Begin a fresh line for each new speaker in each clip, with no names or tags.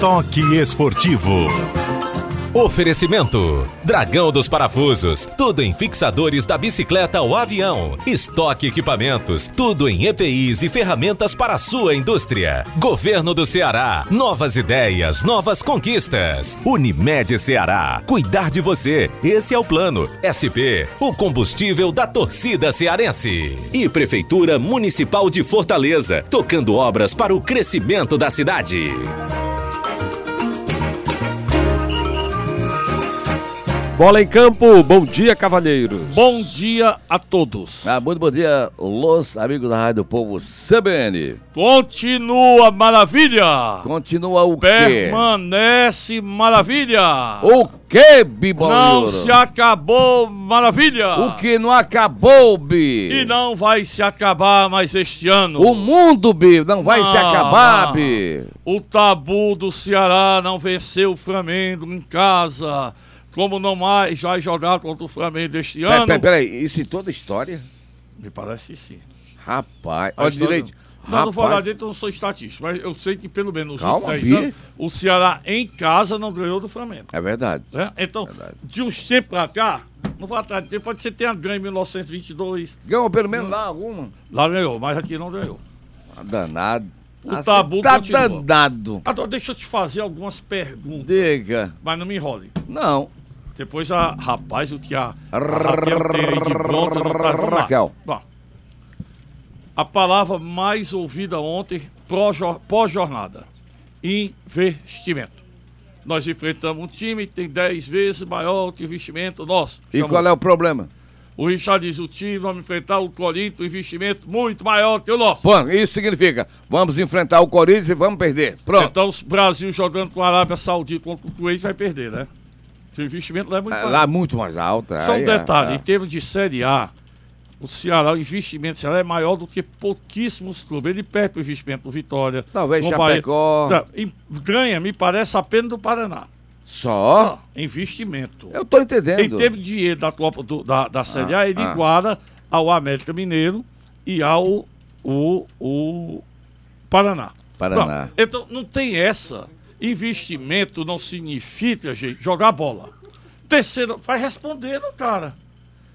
Toque Esportivo.
Oferecimento: Dragão dos Parafusos, tudo em fixadores da bicicleta ao avião. Estoque equipamentos, tudo em EPIs e ferramentas para a sua indústria. Governo do Ceará, novas ideias, novas conquistas. Unimed Ceará, cuidar de você. Esse é o plano. SP, o combustível da torcida cearense. E Prefeitura Municipal de Fortaleza, tocando obras para o crescimento da cidade.
Bola em campo, bom dia, Cavalheiros.
Bom dia a todos.
Ah, muito bom dia, los amigos da Rádio do Povo CBN.
Continua maravilha.
Continua o quê?
Permanece maravilha.
O quê, Bibão?
Não se acabou maravilha.
O que não acabou, Bi?
E não vai se acabar mais este ano.
O mundo, Bi, não vai se acabar, Bi.
O tabu do Ceará não venceu o Flamengo em casa como não mais vai jogar contra o Flamengo este ano.
Peraí, peraí, isso em toda a história?
Me parece sim.
Rapaz,
A
olha
história-
direito.
Não, não vou
Rapaz.
olhar dentro, eu não sou estatístico, mas eu sei que pelo menos nos
Calma,
últimos 10
Vi.
anos, o Ceará em casa não ganhou do Flamengo.
É verdade.
né? Então,
Verdade.
de uns tempos pra cá, não vou atrás de tempo, pode ser tenha ganho em 1922,
Ganhou pelo menos lá alguma.
lá ganhou, mas aqui não ganhou.
Tá Danado.
O
Tá-
tabu
tá
continua.
danado.
Agora, deixa eu te fazer algumas perguntas,
Diga.
mas não me enrole.
Não.
Depois a rapaz, o que a, a Raquel tem de bronca no carro.
Raquel.
Bom, a palavra mais ouvida ontem, pró-jo- pós-jornada, investimento. Nós enfrentamos um time que tem 10 vezes maior que o investimento nosso.
E qual é o problema?
O Richard diz, o time, vamos enfrentar o Corinthians, um investimento muito maior que o nosso.
Pô, isso significa, vamos enfrentar o Corinthians e vamos perder. Pronto.
Então, o Brasil jogando com a Arábia Saudita contra o Kuwait vai perder, né? O investimento lá é muito
Ah,
maior.
Lá muito mais alta.
Só um
aí,
detalhe, em
ah,
termos de Série A, o Ceará, o investimento do Ceará é maior do que pouquíssimos clubes. Ele perde o investimento do Vitória.
Talvez
do Bahia.
Chapecó.
Tá, e Ganha, me parece, apenas do Paraná.
ah. Só?
Investimento.
Eu tô
Em
entendendo.
termos de dinheiro da, Copa do- da, da Série A, ele
ah.
iguala ao América Mineiro e ao o, o Paraná.
Paraná.
Bom, então, não tem essa. Investimento não significa, gente, jogar bola. Terceiro, vai respondendo, cara.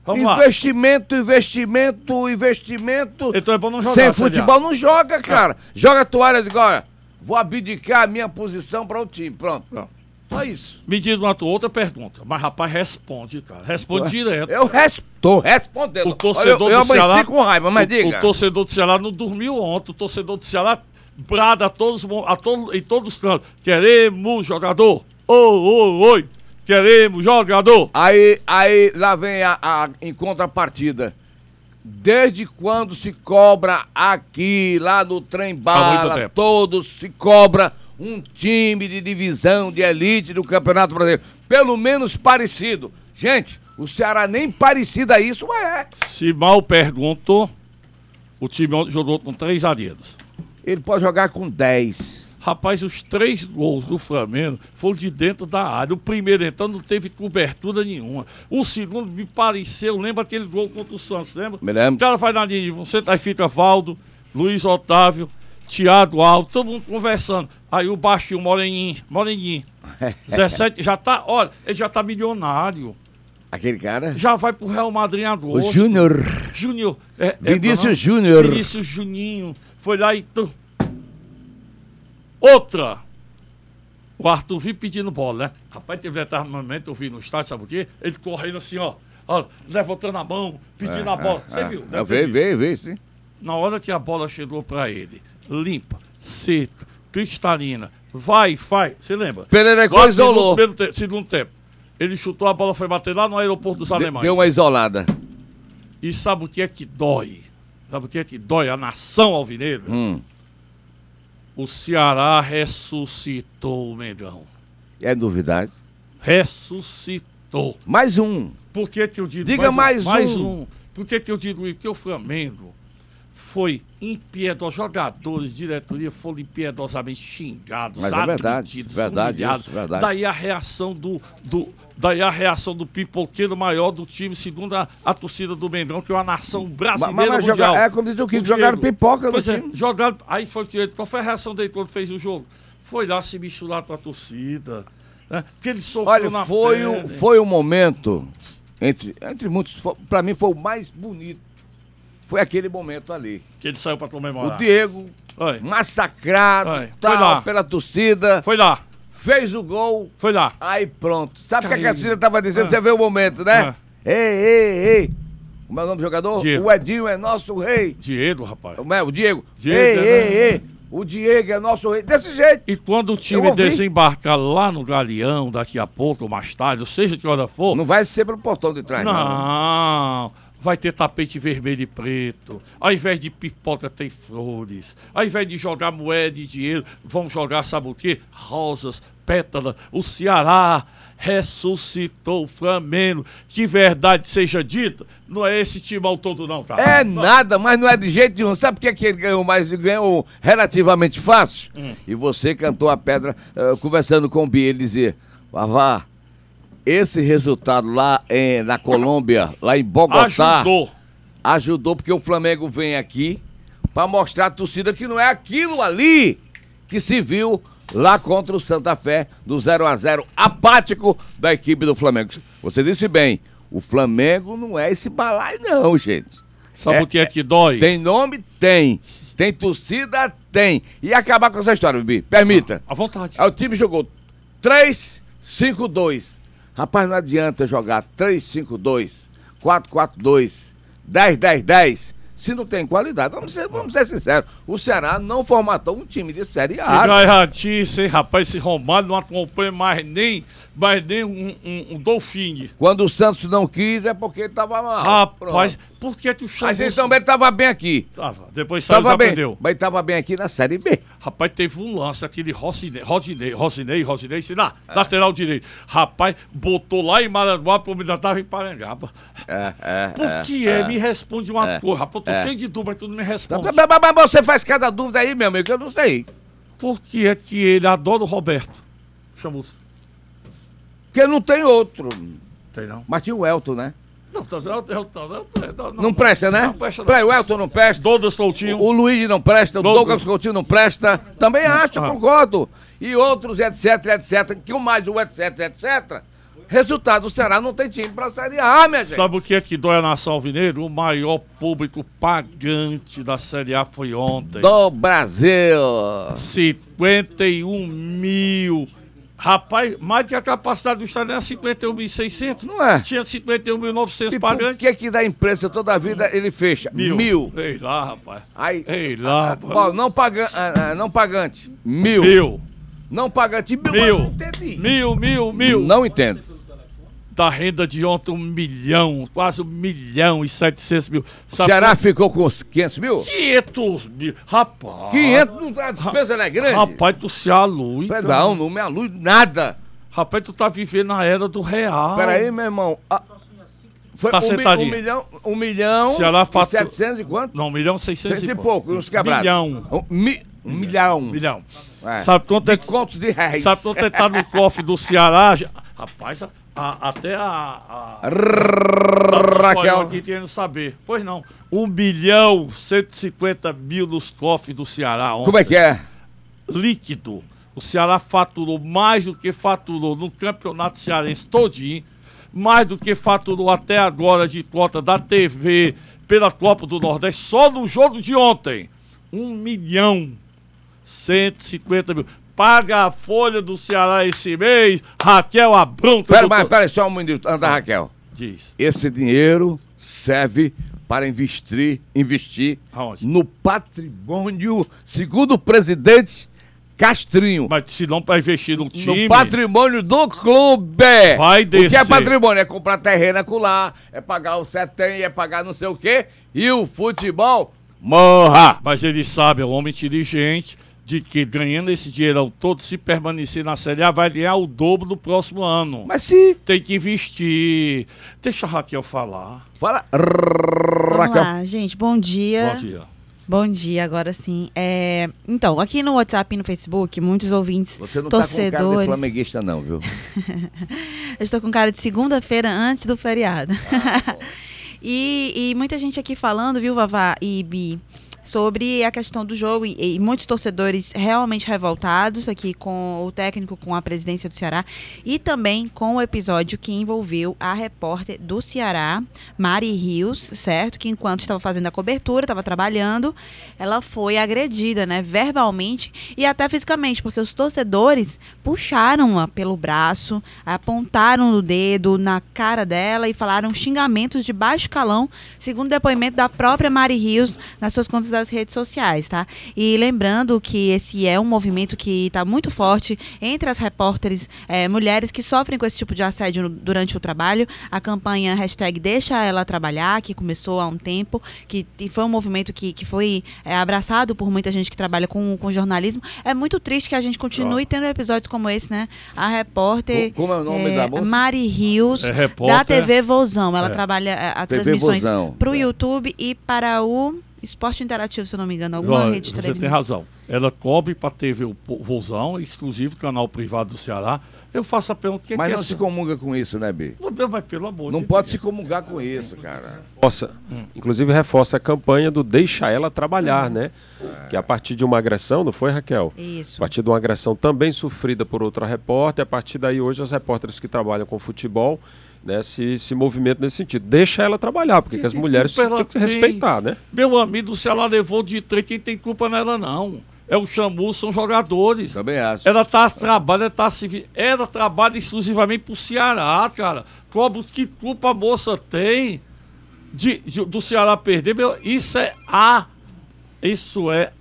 Vamos lá.
investimento, investimento, investimento.
Então é bom não jogar.
Sem
Série A. Tá.
futebol não joga, cara. Joga a toalha de agora. Vou abdicar a minha posição para o time. Pronto.
Não.
Só isso.
Me diz uma tua outra pergunta. Mas, rapaz, responde, cara. Responde direto.
Eu res- tô respondendo.
né? O torcedor
Olha, eu, eu
do Ceará.
amanheci com raiva, mas
o,
diga.
o torcedor do Ceará não dormiu ontem. O torcedor do Ceará brada a todos, os mo- a todo, em todos os cantos. Queremos jogador. Oi, oi, oi. Queremos jogador.
Aí, aí lá vem a, a em contrapartida. Desde quando se cobra aqui, lá no trem
Há muito
bala,
tempo.
todos se cobra um time de divisão de elite do Campeonato Brasileiro. Pelo menos parecido. Gente, o Ceará nem parecido a isso é.
Se mal perguntou, o time ontem jogou com três zagueiros.
Ele pode jogar com 10.
Rapaz, os três gols do Flamengo foram de dentro da área. O primeiro, então, não teve cobertura nenhuma. O segundo, me pareceu, lembra aquele gol contra o Santos, lembra?
Me lembro.
O cara vai na linha de você, tá aí fica Valdo, Luiz Otávio, Thiago Alves, todo mundo conversando. Aí o baixinho, Moreninho, Moreninho. 17, já tá, olha, ele já tá milionário.
Aquele cara?
Já vai pro Real Madrid
O
agora.
Júnior.
Júnior. É, é,
Vinícius
não, não.
Júnior.
Vinícius Juninho. Foi lá e. tum. Outra. O Arthur Vi pedindo bola, né? Rapaz, teve determinado momento, eu vi no estádio, sabe o quê? Ele correndo assim, ó. ó, levantando a mão, pedindo
É,
a bola. Ah, Você viu?
Eu
Deve ter
veio, veio,
visto.
veio, sim.
Na hora que a bola chegou pra ele, limpa, seca, cristalina, vai, vai. Você lembra?
Pererecó
Quatro
isolou.
minutos, Primeiro te- segundo tempo. Ele chutou a bola, foi bater lá no aeroporto dos
De-
alemães.
Deu uma isolada.
E sabe o que é que dói? Sabe o que é que dói? A nação alvinegra.
Hum.
O Ceará ressuscitou o Mengão.
É novidade.
Ressuscitou.
Mais um.
Por que, que eu digo
Diga mais
mais
um.
um? Por que, que eu digo isso? Porque o Flamengo foi impiedoso. Jogadores, diretoria foram impiedosamente xingados,
Mas é verdade,
agredidos,
verdade
humilhados.
isso, verdade.
Daí a reação do, do. Daí a reação do pipoqueiro maior do time, segundo a, a torcida do Mengão, que é uma nação brasileira.
Mas- mas joga-
mundial.
é como diz o Kiko,
Diego.
jogaram pipoca no
Pois é,
time.
jogaram. Aí foi o Diego. Qual foi a reação dele quando fez o jogo? Foi lá se misturar com a torcida. Né? Porque ele sofreu
Olha,
na
foi
pele.
o, foi o momento, entre, entre muitos, para mim foi o mais bonito. Foi aquele momento ali.
Que ele saiu pra
O
comemorar.
Diego,
Oi.
massacrado,
Olha, foi
tal,
lá.
pela torcida,
Foi lá,
fez o gol,
foi lá.
aí pronto. Sabe o que a
Caiu.
Catarina tava dizendo?
Ah.
Você vê o momento, né? Ei, ei, ei. Como é o nome do jogador?
Diego.
O Edinho é nosso rei.
Diego, rapaz.
Como é? O Diego.
Diego,
ei,
né?
ei, ei. O Diego é nosso rei. Desse jeito.
E quando o
Eu
time
ouvi.
desembarcar lá no Galeão, daqui a pouco, ou mais tarde, ou seja que hora for,
Não vai ser pelo portão de trás, não.
Não, vai ter tapete vermelho e preto. Ao invés de pipoca, tem flores. Ao invés de jogar moeda e dinheiro, vão jogar, sabe o quê? Rosas, pétalas. O Ceará ressuscitou o Flamengo. Que verdade seja dita, não é esse time ao todo, não, tá?
É nada, mas não é de jeito nenhum. Sabe por que, que ele ganhou mais e ganhou relativamente fácil? E você cantou a pedra eh, conversando com o Bi. Ele dizia: Vavá, esse resultado lá em- na Colômbia, lá em Bogotá,
Ajudou.
ajudou porque o Flamengo vem aqui para mostrar à torcida que não é aquilo ali que se viu lá contra o Santa Fé do 0 a 0 apático da equipe do Flamengo. Você disse bem, o Flamengo não é esse balai não, gente.
Sabe
É-
o que é que dói?
Tem nome? Tem. Tem torcida? Tem. E acabar com essa história, Bibi. Permita.
À vontade.
Aí o time jogou 3-5-2. Rapaz, não adianta jogar 3-5-2, 4-4-2, 10-10-10. Se não tem qualidade, vamos ser, vamos ser sinceros. O Ceará não formatou um time de Série
Que
A.
garantice, hein, rapaz? Esse Romário não acompanha mais nem, mais nem um, um, um Dolphine.
Quando o Santos não quis, é porque estava mal.
Rapaz,
Pronto. então,
por que tu chamou...
Mas ele também estava bem aqui.
Tava. Depois saiu e
Estava bem.
aprendeu.
Mas estava bem aqui na Série B.
Rapaz, teve um lance aqui de Rosinei, Rodinei, Rosinei, Rosinei, sei lá,
É.
lateral direito. Rapaz, botou lá em Maranguá, pro Minas tava em Parangaba.
É, é,
Por que é? Me responde uma coisa. Rapaz, eu tô cheio de dúvida, mas tu não me
Tá,
responde.
tá, Mas, mas- mas você faz cada dúvida aí, meu amigo, que eu não sei.
Por que é que ele adora o Roberto? Chamou se
Porque não tem outro.
Tem não.
Mas tinha o Elton, né?
Não, tá, não, não, não, não, não,
Não presta, né?
Não presta,
Pra-
não.
O Elton não presta.
Douglas Coutinho.
O Luiz não presta, o
Douglas.
Douglas Coutinho não presta. Também acho,
Ah.
concordo. E outros, etc, etc. Que o mais um, o etc, etc. Resultado, o Ceará não tem time pra Série A, minha gente.
Sabe o que é que dói a nação alvineira? O maior público pagante da Série A foi ontem.
Do Brasil.
51 mil. Rapaz, mais que a capacidade do estado era 51.600.
Não é?
Tinha 51.900
E por
pagantes.
que que da imprensa toda a vida ele fecha? Mil.
Ei lá, rapaz.
Aí,
Ei lá,
ó,
rapaz.
não, paga, ah, ah, não pagante, mil.
Mil.
Não pagante, mil.
Mil.
Mas Não entendi.
Mil, mil, mil.
Não entendo.
Da renda de ontem, um milhão. Quase um milhão e 700 mil. Sabe
Ceará
quanto?
ficou com os 500 mil?
500 mil. Rapaz.
500, não, dá, a despesa não é grande?
Rapaz, tu se então. alui.
Perdão, não me alui nada.
Rapaz, tu tá vivendo na era do real.
Peraí, meu irmão. Ah, foi
Tá
um, mi-
sentadinho.
um milhão, um milhão
Ceará
e
fatu-
700 e quanto?
Não, um milhão e
Seis
600
e pouco, uns quebrados.
Milhão.
Um, mi- um milhão.
Milhão.
É.
Sabe quanto é que
Contos de réis.
Sabe quando tá no cofre do Ceará? já- Rapaz, a- a- até a. a... Raquel.
Raquel.
Aqui querendo saber. Pois não. 1 bilhão 150 mil nos cofres do Ceará ontem.
Como é que é?
Líquido. O Ceará faturou mais do que faturou no campeonato cearense todinho. Mais do que faturou até agora de cota da TV pela Copa do Nordeste. Só no jogo de ontem. 1 milhão 150 mil. Paga a folha do Ceará esse mês, Raquel Abrão.
Pera,
doutor-
mas, pera só um minuto, anda, Raquel.
Diz.
Esse dinheiro serve para investir, investir
Aonde?
no patrimônio, segundo o presidente Castrinho.
Mas se não para investir no time.
No patrimônio do clube.
Vai
O que é
descer.
patrimônio? É comprar terreno acolá, é pagar o setem, é pagar não sei o quê. E o futebol morra.
Mas ele sabe, é um homem inteligente, de que ganhando esse dinheirão todo, se permanecer na Série A, vai ganhar o dobro no próximo ano.
Mas se...
Tem que investir. Deixa a Raquel falar.
Fala,
Vamos
Raquel.
lá, gente. Bom
É
dia.
Bom dia.
Bom dia, agora sim. É, Então, aqui no WhatsApp e no Facebook, muitos ouvintes,
Você não tá com cara de
torcedores.
flamenguista não, viu?
eu estou com cara de segunda-feira antes do feriado. e, e muita gente aqui falando, viu, Vavá e Bi? sobre a questão do jogo e, e muitos torcedores realmente revoltados aqui com o técnico, com a presidência do Ceará e também com o episódio que envolveu a repórter do Ceará, Mari Rios, certo? Que enquanto estava fazendo a cobertura, estava trabalhando, ela foi agredida, né? Verbalmente e até fisicamente, porque os torcedores puxaram-a pelo braço, apontaram o dedo na cara dela e falaram xingamentos de baixo calão, segundo depoimento da própria Mari Rios nas suas contas das redes sociais, tá? E lembrando que esse é um movimento que está muito forte entre as repórteres eh, mulheres que sofrem com esse tipo de assédio no- durante o trabalho. A campanha hashtag Deixa Ela Trabalhar, que começou há um tempo, que e foi um movimento que, que foi eh, abraçado por muita gente que trabalha com, com jornalismo. É muito triste que a gente continue tendo episódios como esse, né? A repórter.
Co- como é o nome
eh,
da moça?
Mari Rios,
É repórter. É.
da TV Vozão. Ela trabalha eh, a
TV
transmissões
Vozão,
para o
é.
YouTube e para o Esporte Interativo, se eu não me engano, alguma
Olha,
rede de
Você tem
televisão.
razão. Ela cobre para TV o Po- Vozão, exclusivo canal privado do Ceará. Eu faço a pergunta: o que é
Mas
que
não
é
se
essa-
comunga com isso, né, Bi?
Mas pelo amor
Não
de
pode se
Deus.
comungar com isso, cara.
Reforça, inclusive reforça a campanha do Deixa Ela Trabalhar,
Hum.
né? Que a partir de uma agressão, não foi, Raquel? A
Isso.
partir de uma agressão também sofrida por outra repórter, a partir daí hoje as repórteres que trabalham com futebol né, se, se movimentam nesse sentido. Deixa ela trabalhar, porque que as mulheres
culpa ela
têm que respeitar, né?
Meu amigo, o Ceará levou de três, quem tem culpa não é ela, não. É o Xamu, são jogadores.
Também acho.
Ela tá trabalha, tá se vi- ela trabalha exclusivamente pro Ceará, cara. Cobra que culpa a moça tem de, de- do Ceará perder, meu, isso é a isso é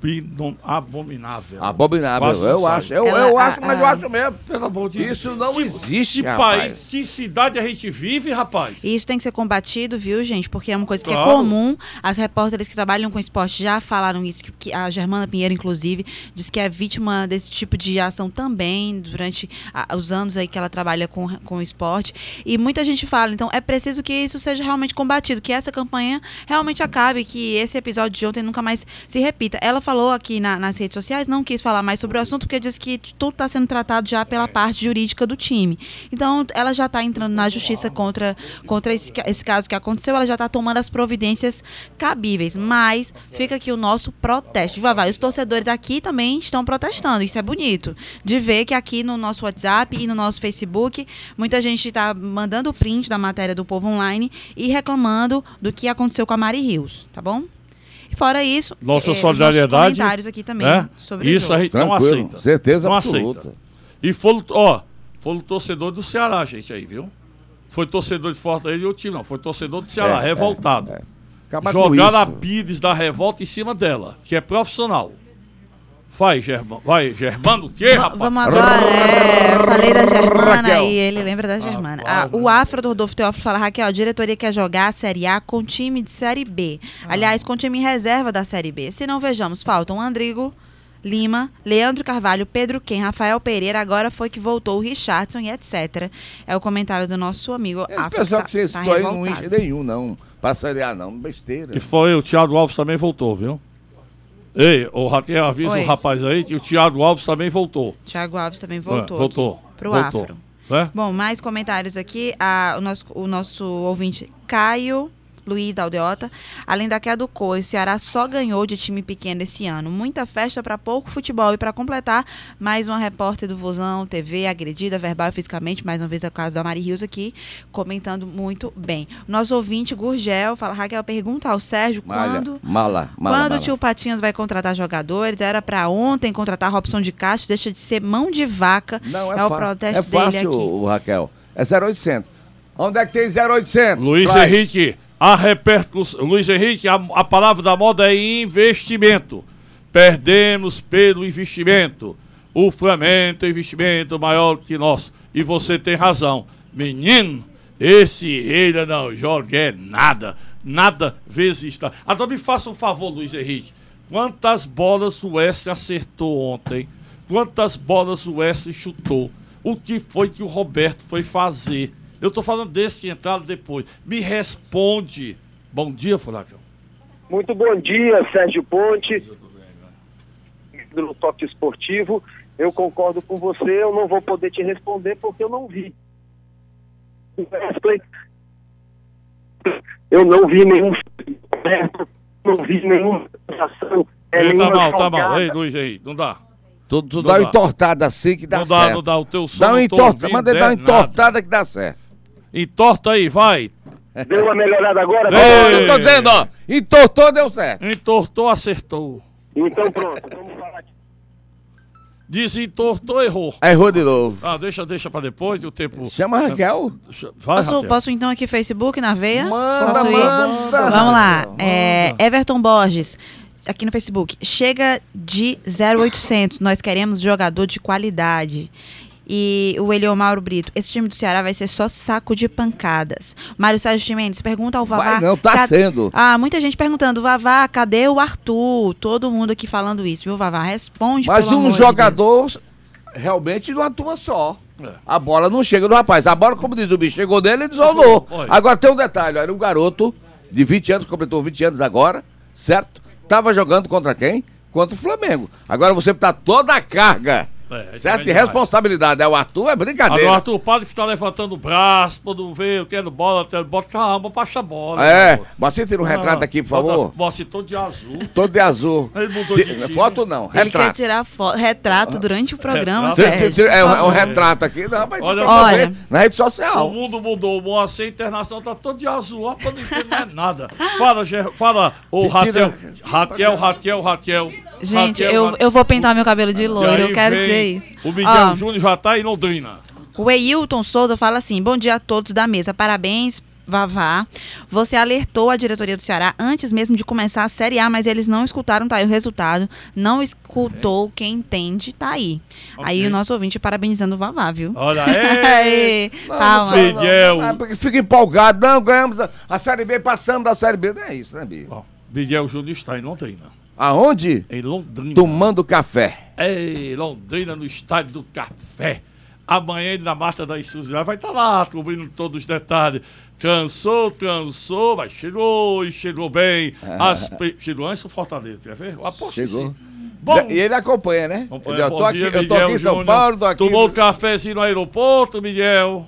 abino- abominável. Quase
Abominável.
não
Eu
sai.
acho. Eu,
Ela- Ah,
eu
a-
acho, mas eu
a-
acho mesmo.
ah. Pelo amor de Deus.
Isso não
Que-
existe,
Que
rapaz.
país, que cidade a gente vive, rapaz?
E isso tem que ser combatido, viu, gente? Porque é uma coisa que
Claro.
é comum. As repórteres que trabalham com esporte já falaram isso. Que, que a Germana Pinheiro, inclusive, diz que é vítima desse tipo de ação também durante a- os anos aí que ela trabalha com, com esporte. E muita gente fala, então é preciso que isso seja realmente combatido, que essa campanha realmente acabe, que esse episódio de ontem nunca mais se repita. Ela falou aqui na- nas redes sociais, não quis falar mais sobre o assunto, porque diz que tudo está sendo tratado já pela parte jurídica do time. Então, ela já está entrando na justiça contra, contra esse, ca- esse caso que aconteceu, ela já está tomando as providências cabíveis. Mas fica aqui o nosso protesto. Vavá, os torcedores aqui também estão protestando. Isso é bonito. De ver que aqui no nosso WhatsApp e no nosso Facebook, muita gente está mandando o print da matéria do povo online e reclamando do que aconteceu com a Mari Rios, tá bom? E fora isso,
Nossa
eh, os
solidariedade,
nossos comentários aqui também
né?
sobre o
Isso
jogo.
a gente não
Tranquilo.
aceita.
Certeza
não
absoluta.
Aceita. E foi, ó, foi o torcedor do Ceará, gente, aí, viu? Foi torcedor de Fortaleza e o time, não. Foi torcedor do Ceará,
É,
revoltado.
é, é. Acabar com
Jogaram a
isso.
Pires da revolta em cima dela, que é profissional. Vai, Germano. Vai, Germano, o quê,
Va-
rapaz?
Vamos agora. É, falei da Germana
Raquel.
e ele lembra da Germana. Ah, o Afro do Rodolfo Teófilo fala: Raquel, a diretoria quer jogar a Série A com time de Série B. Aliás, com time reserva da Série B. Se não vejamos, faltam Andrigo. Lima, Leandro Carvalho, Pedro Ken, Rafael Pereira, agora foi que voltou o Richardson e etc. É o comentário do nosso amigo
Esse
Afro.
pessoal É,
tá-
que você
tá
citou aí né? não enche
revoltado.
um nenhum, não. Passaria, não. Besteira.
E foi, o Thiago Alves também voltou, viu? Ei, o Raquel avisa
Oi.
o rapaz aí que o Thiago Alves também voltou.
Thiago Alves também voltou.
É, voltou.
aqui Pro
voltou. Né?
Afro.
Certo?
Bom, mais comentários aqui. Ah, o, nosso, o nosso ouvinte Caio Luiz da Aldeota. Além da queda do Coi, o Ceará só ganhou de time pequeno esse ano. Muita festa para pouco futebol. E para completar, mais uma repórter do Vozão TV, agredida verbal e fisicamente. Mais uma vez é o caso da Mari Rios aqui, comentando muito bem. Nosso ouvinte Gurgel fala: Raquel, pergunta ao Sérgio
Malha,
quando.
mala, mala.
Quando o
mala.
tio Patinhas vai contratar jogadores, era pra ontem contratar Robson de Castro, deixa de ser mão de vaca.
Não, é,
o
fácil.
protesto
é fácil,
dele aqui.
O Raquel. É 0800. Onde é que tem 0800?
Luiz
Traz.
Henrique, a repercussão. Luiz Henrique, a, a palavra da moda é investimento. Perdemos pelo investimento. O Flamengo tem investimento maior que nosso. E você tem razão. Menino, esse ele não joga é nada. Nada vezes está. Agora me faça um favor, Luiz Henrique. Quantas bolas o S acertou ontem? Quantas bolas o S chutou? O que foi que o Roberto foi fazer? Eu tô falando desse entrado depois. Me responde. Bom dia, Fulacão.
Muito bom dia, Sérgio Ponte, do Toque Esportivo. Eu concordo com você, eu não vou poder te responder porque eu não vi. Eu não vi nenhum. não vi nenhuma é ação.
Ei, tá mal, tá mal. Ei, Luiz, aí, não dá.
Tu, tu
Não
dá uma
dá.
entortada assim que dá
não
certo.
dá, não dá. O teu som
Dá
não
uma
tô
entortada,
ouvindo,
manda ele dar uma
é nada.
entortada que dá certo.
Entorta aí, vai.
Deu uma melhorada
Ei.
agora? Daniel?
Eu tô dizendo, ó, entortou, deu certo.
Entortou, acertou.
Então pronto, vamos falar aqui.
Desentortou, errou.
Aí Errou de novo.
Ah, deixa, deixa pra depois, do tempo. Ah,
Chama a Raquel.
Vai,
Posso,
Raquel.
posso então aqui Facebook na veia? posso
manda.
Vamos lá. É, Everton Borges, aqui no Facebook. Chega de 0800. Nós queremos jogador de qualidade. E o Elion Mauro Brito. Esse time do Ceará vai ser só saco de pancadas. Mário Sérgio Chimendes pergunta ao Vavá.
Vai não, tá
ca-
sendo.
Ah, muita gente perguntando. Vavá, cadê o Arthur? Todo mundo aqui falando isso, viu, Vavá? Responde,
Mas
pelo
um
amor de
jogador realmente não atua só. A bola não chega no rapaz. A bola, como diz o bicho, chegou nele e desolou.
Olha.
Agora tem um detalhe, era um garoto de 20 anos, completou 20 anos agora, certo? Tava jogando contra quem? Contra o Flamengo. Agora você tá toda a carga.
É,
certo? E
demais.
responsabilidade. É o Arthur, é brincadeira.
Agora, tu para de ficar tá levantando o braço, quando vê, tendo bola, tendo bola, calma, baixa a bola.
É,
meu amor. Ah,
você tira um retrato aqui, por
Bota-
favor.
Bota todo de azul.
Todo de azul.
Ele mudou
Ti-
de time.
Foto não,
Deus. Ele quer
retrato.
tirar fo- retrato durante o programa,
Retrato.
Ti- ti- ti-
Sérgio.
É um, é um retrato aqui, não, rapaz.
Olha,
olha.
na rede
O
social.
mundo mudou, o Moacir Internacional tá todo de azul, ó, pra não entender mais nada. Fala, Ger- fala, ô
Tira-
Raquel, Raquel, Raquel, Raquel.
Gente,
Raquel,
eu,
Raquel.
eu vou pintar meu cabelo de
E
loiro,
aí
eu quero
vem
dizer isso.
O Miguel
Ó,
Júnior já tá em Londrina.
O Eilton Souza fala assim: bom dia a todos da mesa, parabéns. Vavá, você alertou a diretoria do Ceará antes mesmo de começar a Série A, mas eles não escutaram, tá aí o resultado. Não escutou quem entende, tá aí. Aí
Ok.
o nosso ouvinte parabenizando o Vavá, viu?
Olha aí.
Aê,
Não,
palma.
sei. Miguel.
não, é porque fica empolgado. Não, ganhamos a, a Série B, passamos da Série B. Não é isso, né, Bia?
Ó, Miguel Júnior está em Londrina.
Aonde?
Em Londrina.
Tomando café.
Ei, Londrina no estádio do café. Amanhã ele na Mata da Isuzu já vai estar lá, cobrindo todos os detalhes. Cansou, cansou, mas chegou e chegou bem. As pe- Chegou antes o Fortaleza, quer ver? Eu aposto que
Ah. Chegou.
sim. Bom,
e ele acompanha, né? Ele,
Companheiro,
eu tô
bom
aqui,
dia,
eu tô
Miguel
aqui em São
Júnior.
Paulo, tô aqui.
Tomou um cafezinho no aeroporto, Miguel.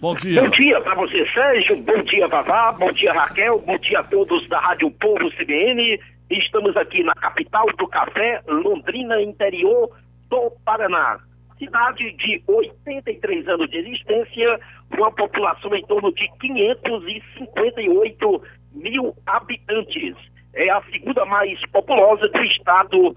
Bom dia.
Bom dia pra você, Sérgio. Bom dia, Vavá. Bom dia, Raquel. Bom dia a todos da Rádio Povo CBN. Estamos aqui na capital do café, Londrina, interior do Paraná. Cidade de 83 anos de existência, uma população em torno de 558 mil habitantes. É a segunda mais populosa do estado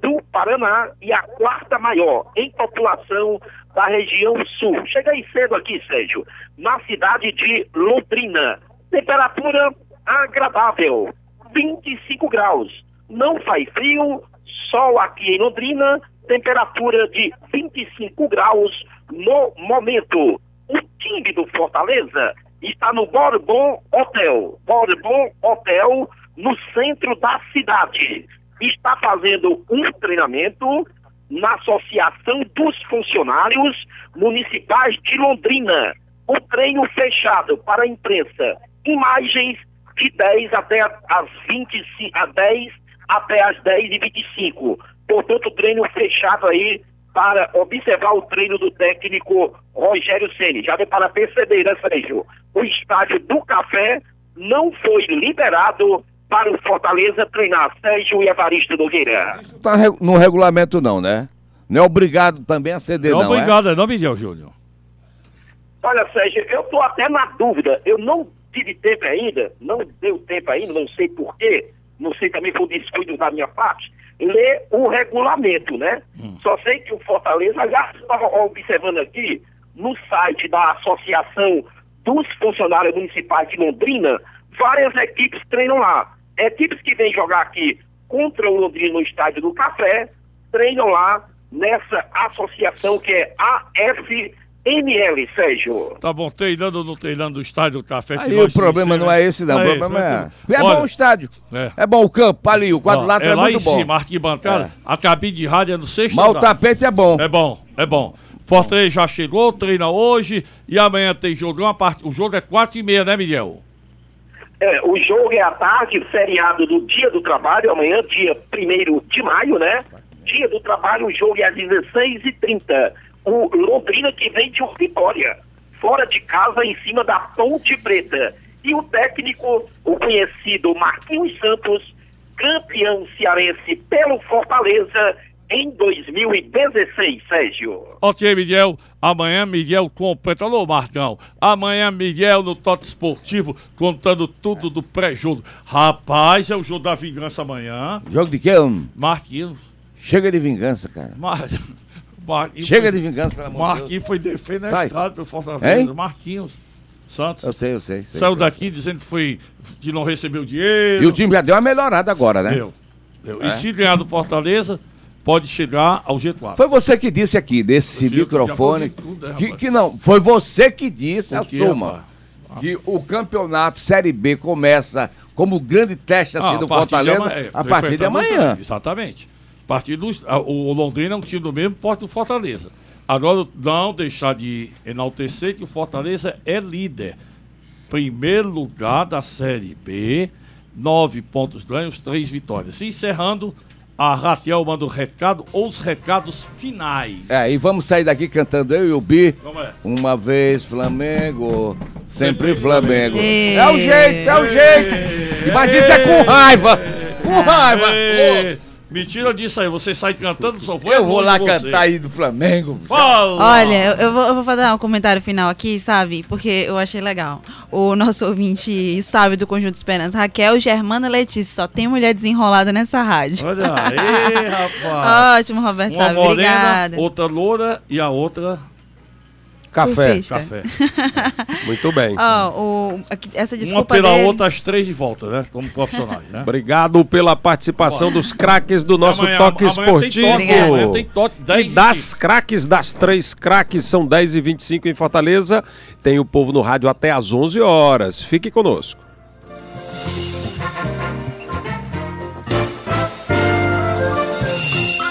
do Paraná e a quarta maior em população da região sul. Cheguei cedo aqui, Sérgio, na cidade de Londrina. Temperatura agradável, 25 graus. Não faz frio, sol aqui em Londrina, temperatura de 25 graus no momento. O time do Fortaleza está no Bourbon Hotel. Bourbon Hotel, no centro da cidade. Está fazendo um treinamento na Associação dos Funcionários Municipais de Londrina. O treino fechado para a imprensa. Imagens de 10 até a- as 25, a 10 até as 10 e 25. Portanto, treino fechado aí para observar o treino do técnico Rogério Ceni. Já deu para perceber, né, Sérgio? O estádio do Café não foi liberado para o Fortaleza treinar Sérgio e Evaristo Nogueira.
Não tá re- no regulamento, não, né? Não é obrigado também a ceder, não.
Não,
é?
obrigado, não, Miguel Júnior.
Olha, Sérgio, eu tô até na dúvida. Eu não tive tempo ainda, não deu tempo ainda, não sei porquê, não sei também foi um descuido da minha parte, ler o regulamento, né? Só sei que o Fortaleza já estava observando aqui no site da Associação dos Funcionários Municipais de Londrina, várias equipes treinam lá. Equipes que vêm jogar aqui contra o Londrina no estádio do Café, treinam lá nessa associação que é AFML, Sérgio.
Tá bom, treinando ou não treinando o estádio do café. que
Aí
nós
o problema
conhecemos.
não é esse, não.
Aí,
o problema é.
tranquilo.
É
Olha,
bom o estádio.
É.
É. bom o campo, ali, o
Ó,
quadrilátero é,
lá
muito
em
bom.
cima, arquibancada,
É.
a cabine de rádio é no sexto
Mas o
andar.
tapete é bom.
É bom, é bom. Fortaleza já chegou, treina hoje e amanhã tem jogo. Uma parte... O jogo é quatro e meia, né, Miguel?
É, o jogo é à tarde, feriado do Dia do Trabalho, amanhã, dia 1 de maio, né? Dia do Trabalho, o jogo é às 16h30. O Londrina que vem de uma vitória, fora de casa, em cima da Ponte Preta. E o técnico, o conhecido Marquinhos Santos, campeão cearense pelo Fortaleza em 2016, Sérgio.
Ok, Miguel. Amanhã Miguel completa. Alô, Marcão. Amanhã Miguel no Toto Esportivo contando tudo do pré-jogo. Rapaz, é o jogo da vingança amanhã.
Jogo de quê, homem?
Marquinhos.
Chega de vingança, cara.
Mar... Marquinhos
Chega
foi...
de vingança, pelo amor de Deus.
Marquinhos foi
Sai.
defenestrado pelo Fortaleza.
Hein?
Marquinhos
Eu
Santos.
sei, eu sei. sei,
Saiu
sei.
daqui dizendo que, foi, que não recebeu dinheiro.
E o time já deu uma melhorada agora, né?
Deu, deu. E se ganhar do Fortaleza, pode chegar ao G4.
Foi você que disse aqui, desse
Viu?
microfone,
Já falou de tudo, né,
que,
rapaz?
que não, foi você que disse,
O quê,
assuma,
rapaz?
que o campeonato Série B começa como grande teste assim,
Ah,
do
a partir de
Fortaleza
ama- é,
a partir de
enfrentamos
amanhã.
também, Exatamente. A partir do, a- o Londrina é um time do mesmo porte do Fortaleza. Agora, não deixar de enaltecer que o Fortaleza é líder. Primeiro lugar da Série B, nove pontos ganhos, três vitórias. Encerrando, a Raquel manda o recado ou os recados finais.
É, e vamos sair daqui cantando eu e o Bi.
Vamos lá.
Uma vez Flamengo, sempre
Sempre
Flamengo.
Flamengo.
É o jeito, é o jeito. Mas isso é com raiva, com raiva.
Ei,
Nossa,
mentira disso aí, você sai cantando, só vou é
Eu vou lá
de você.
cantar aí do Flamengo.
Fala!
Olha, eu- eu vou, eu vou fazer um comentário final aqui, sabe? Porque eu achei legal. O nosso ouvinte sábio do Conjunto Esperança, Raquel, Germana Letícia. Só tem mulher desenrolada nessa rádio.
Olha aí, rapaz.
Ótimo, Roberto
Uma
Sábio.
morena,
Ah, tá, Obrigada.
outra loura e a outra
Café.
Surfista.
café.
Muito bem.
Ó, o- aqui- essa
Uma
desculpa
pela
dele-
outra, as três de volta, né? Como profissionais, né?
Obrigado pela participação dos craques do nosso
Amanhã-
toque
amanhã tem
esportivo.
toque, amanhã tem toque,
E
10 e
das craques, das três craques, são 10 e 25 em Fortaleza. Tem o povo no rádio até às 11 horas. Fique conosco.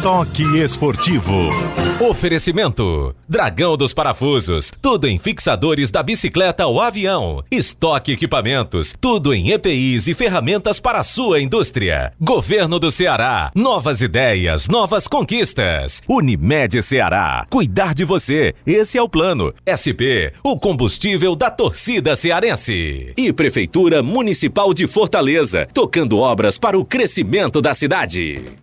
Toque Esportivo.
Oferecimento: Dragão dos Parafusos, tudo em fixadores da bicicleta ao avião. Estoque equipamentos, tudo em EPIs e ferramentas para a sua indústria. Governo do Ceará, novas ideias, novas conquistas. Unimed Ceará, cuidar de você, esse é o plano. SP, o combustível da torcida cearense. E Prefeitura Municipal de Fortaleza, tocando obras para o crescimento da cidade.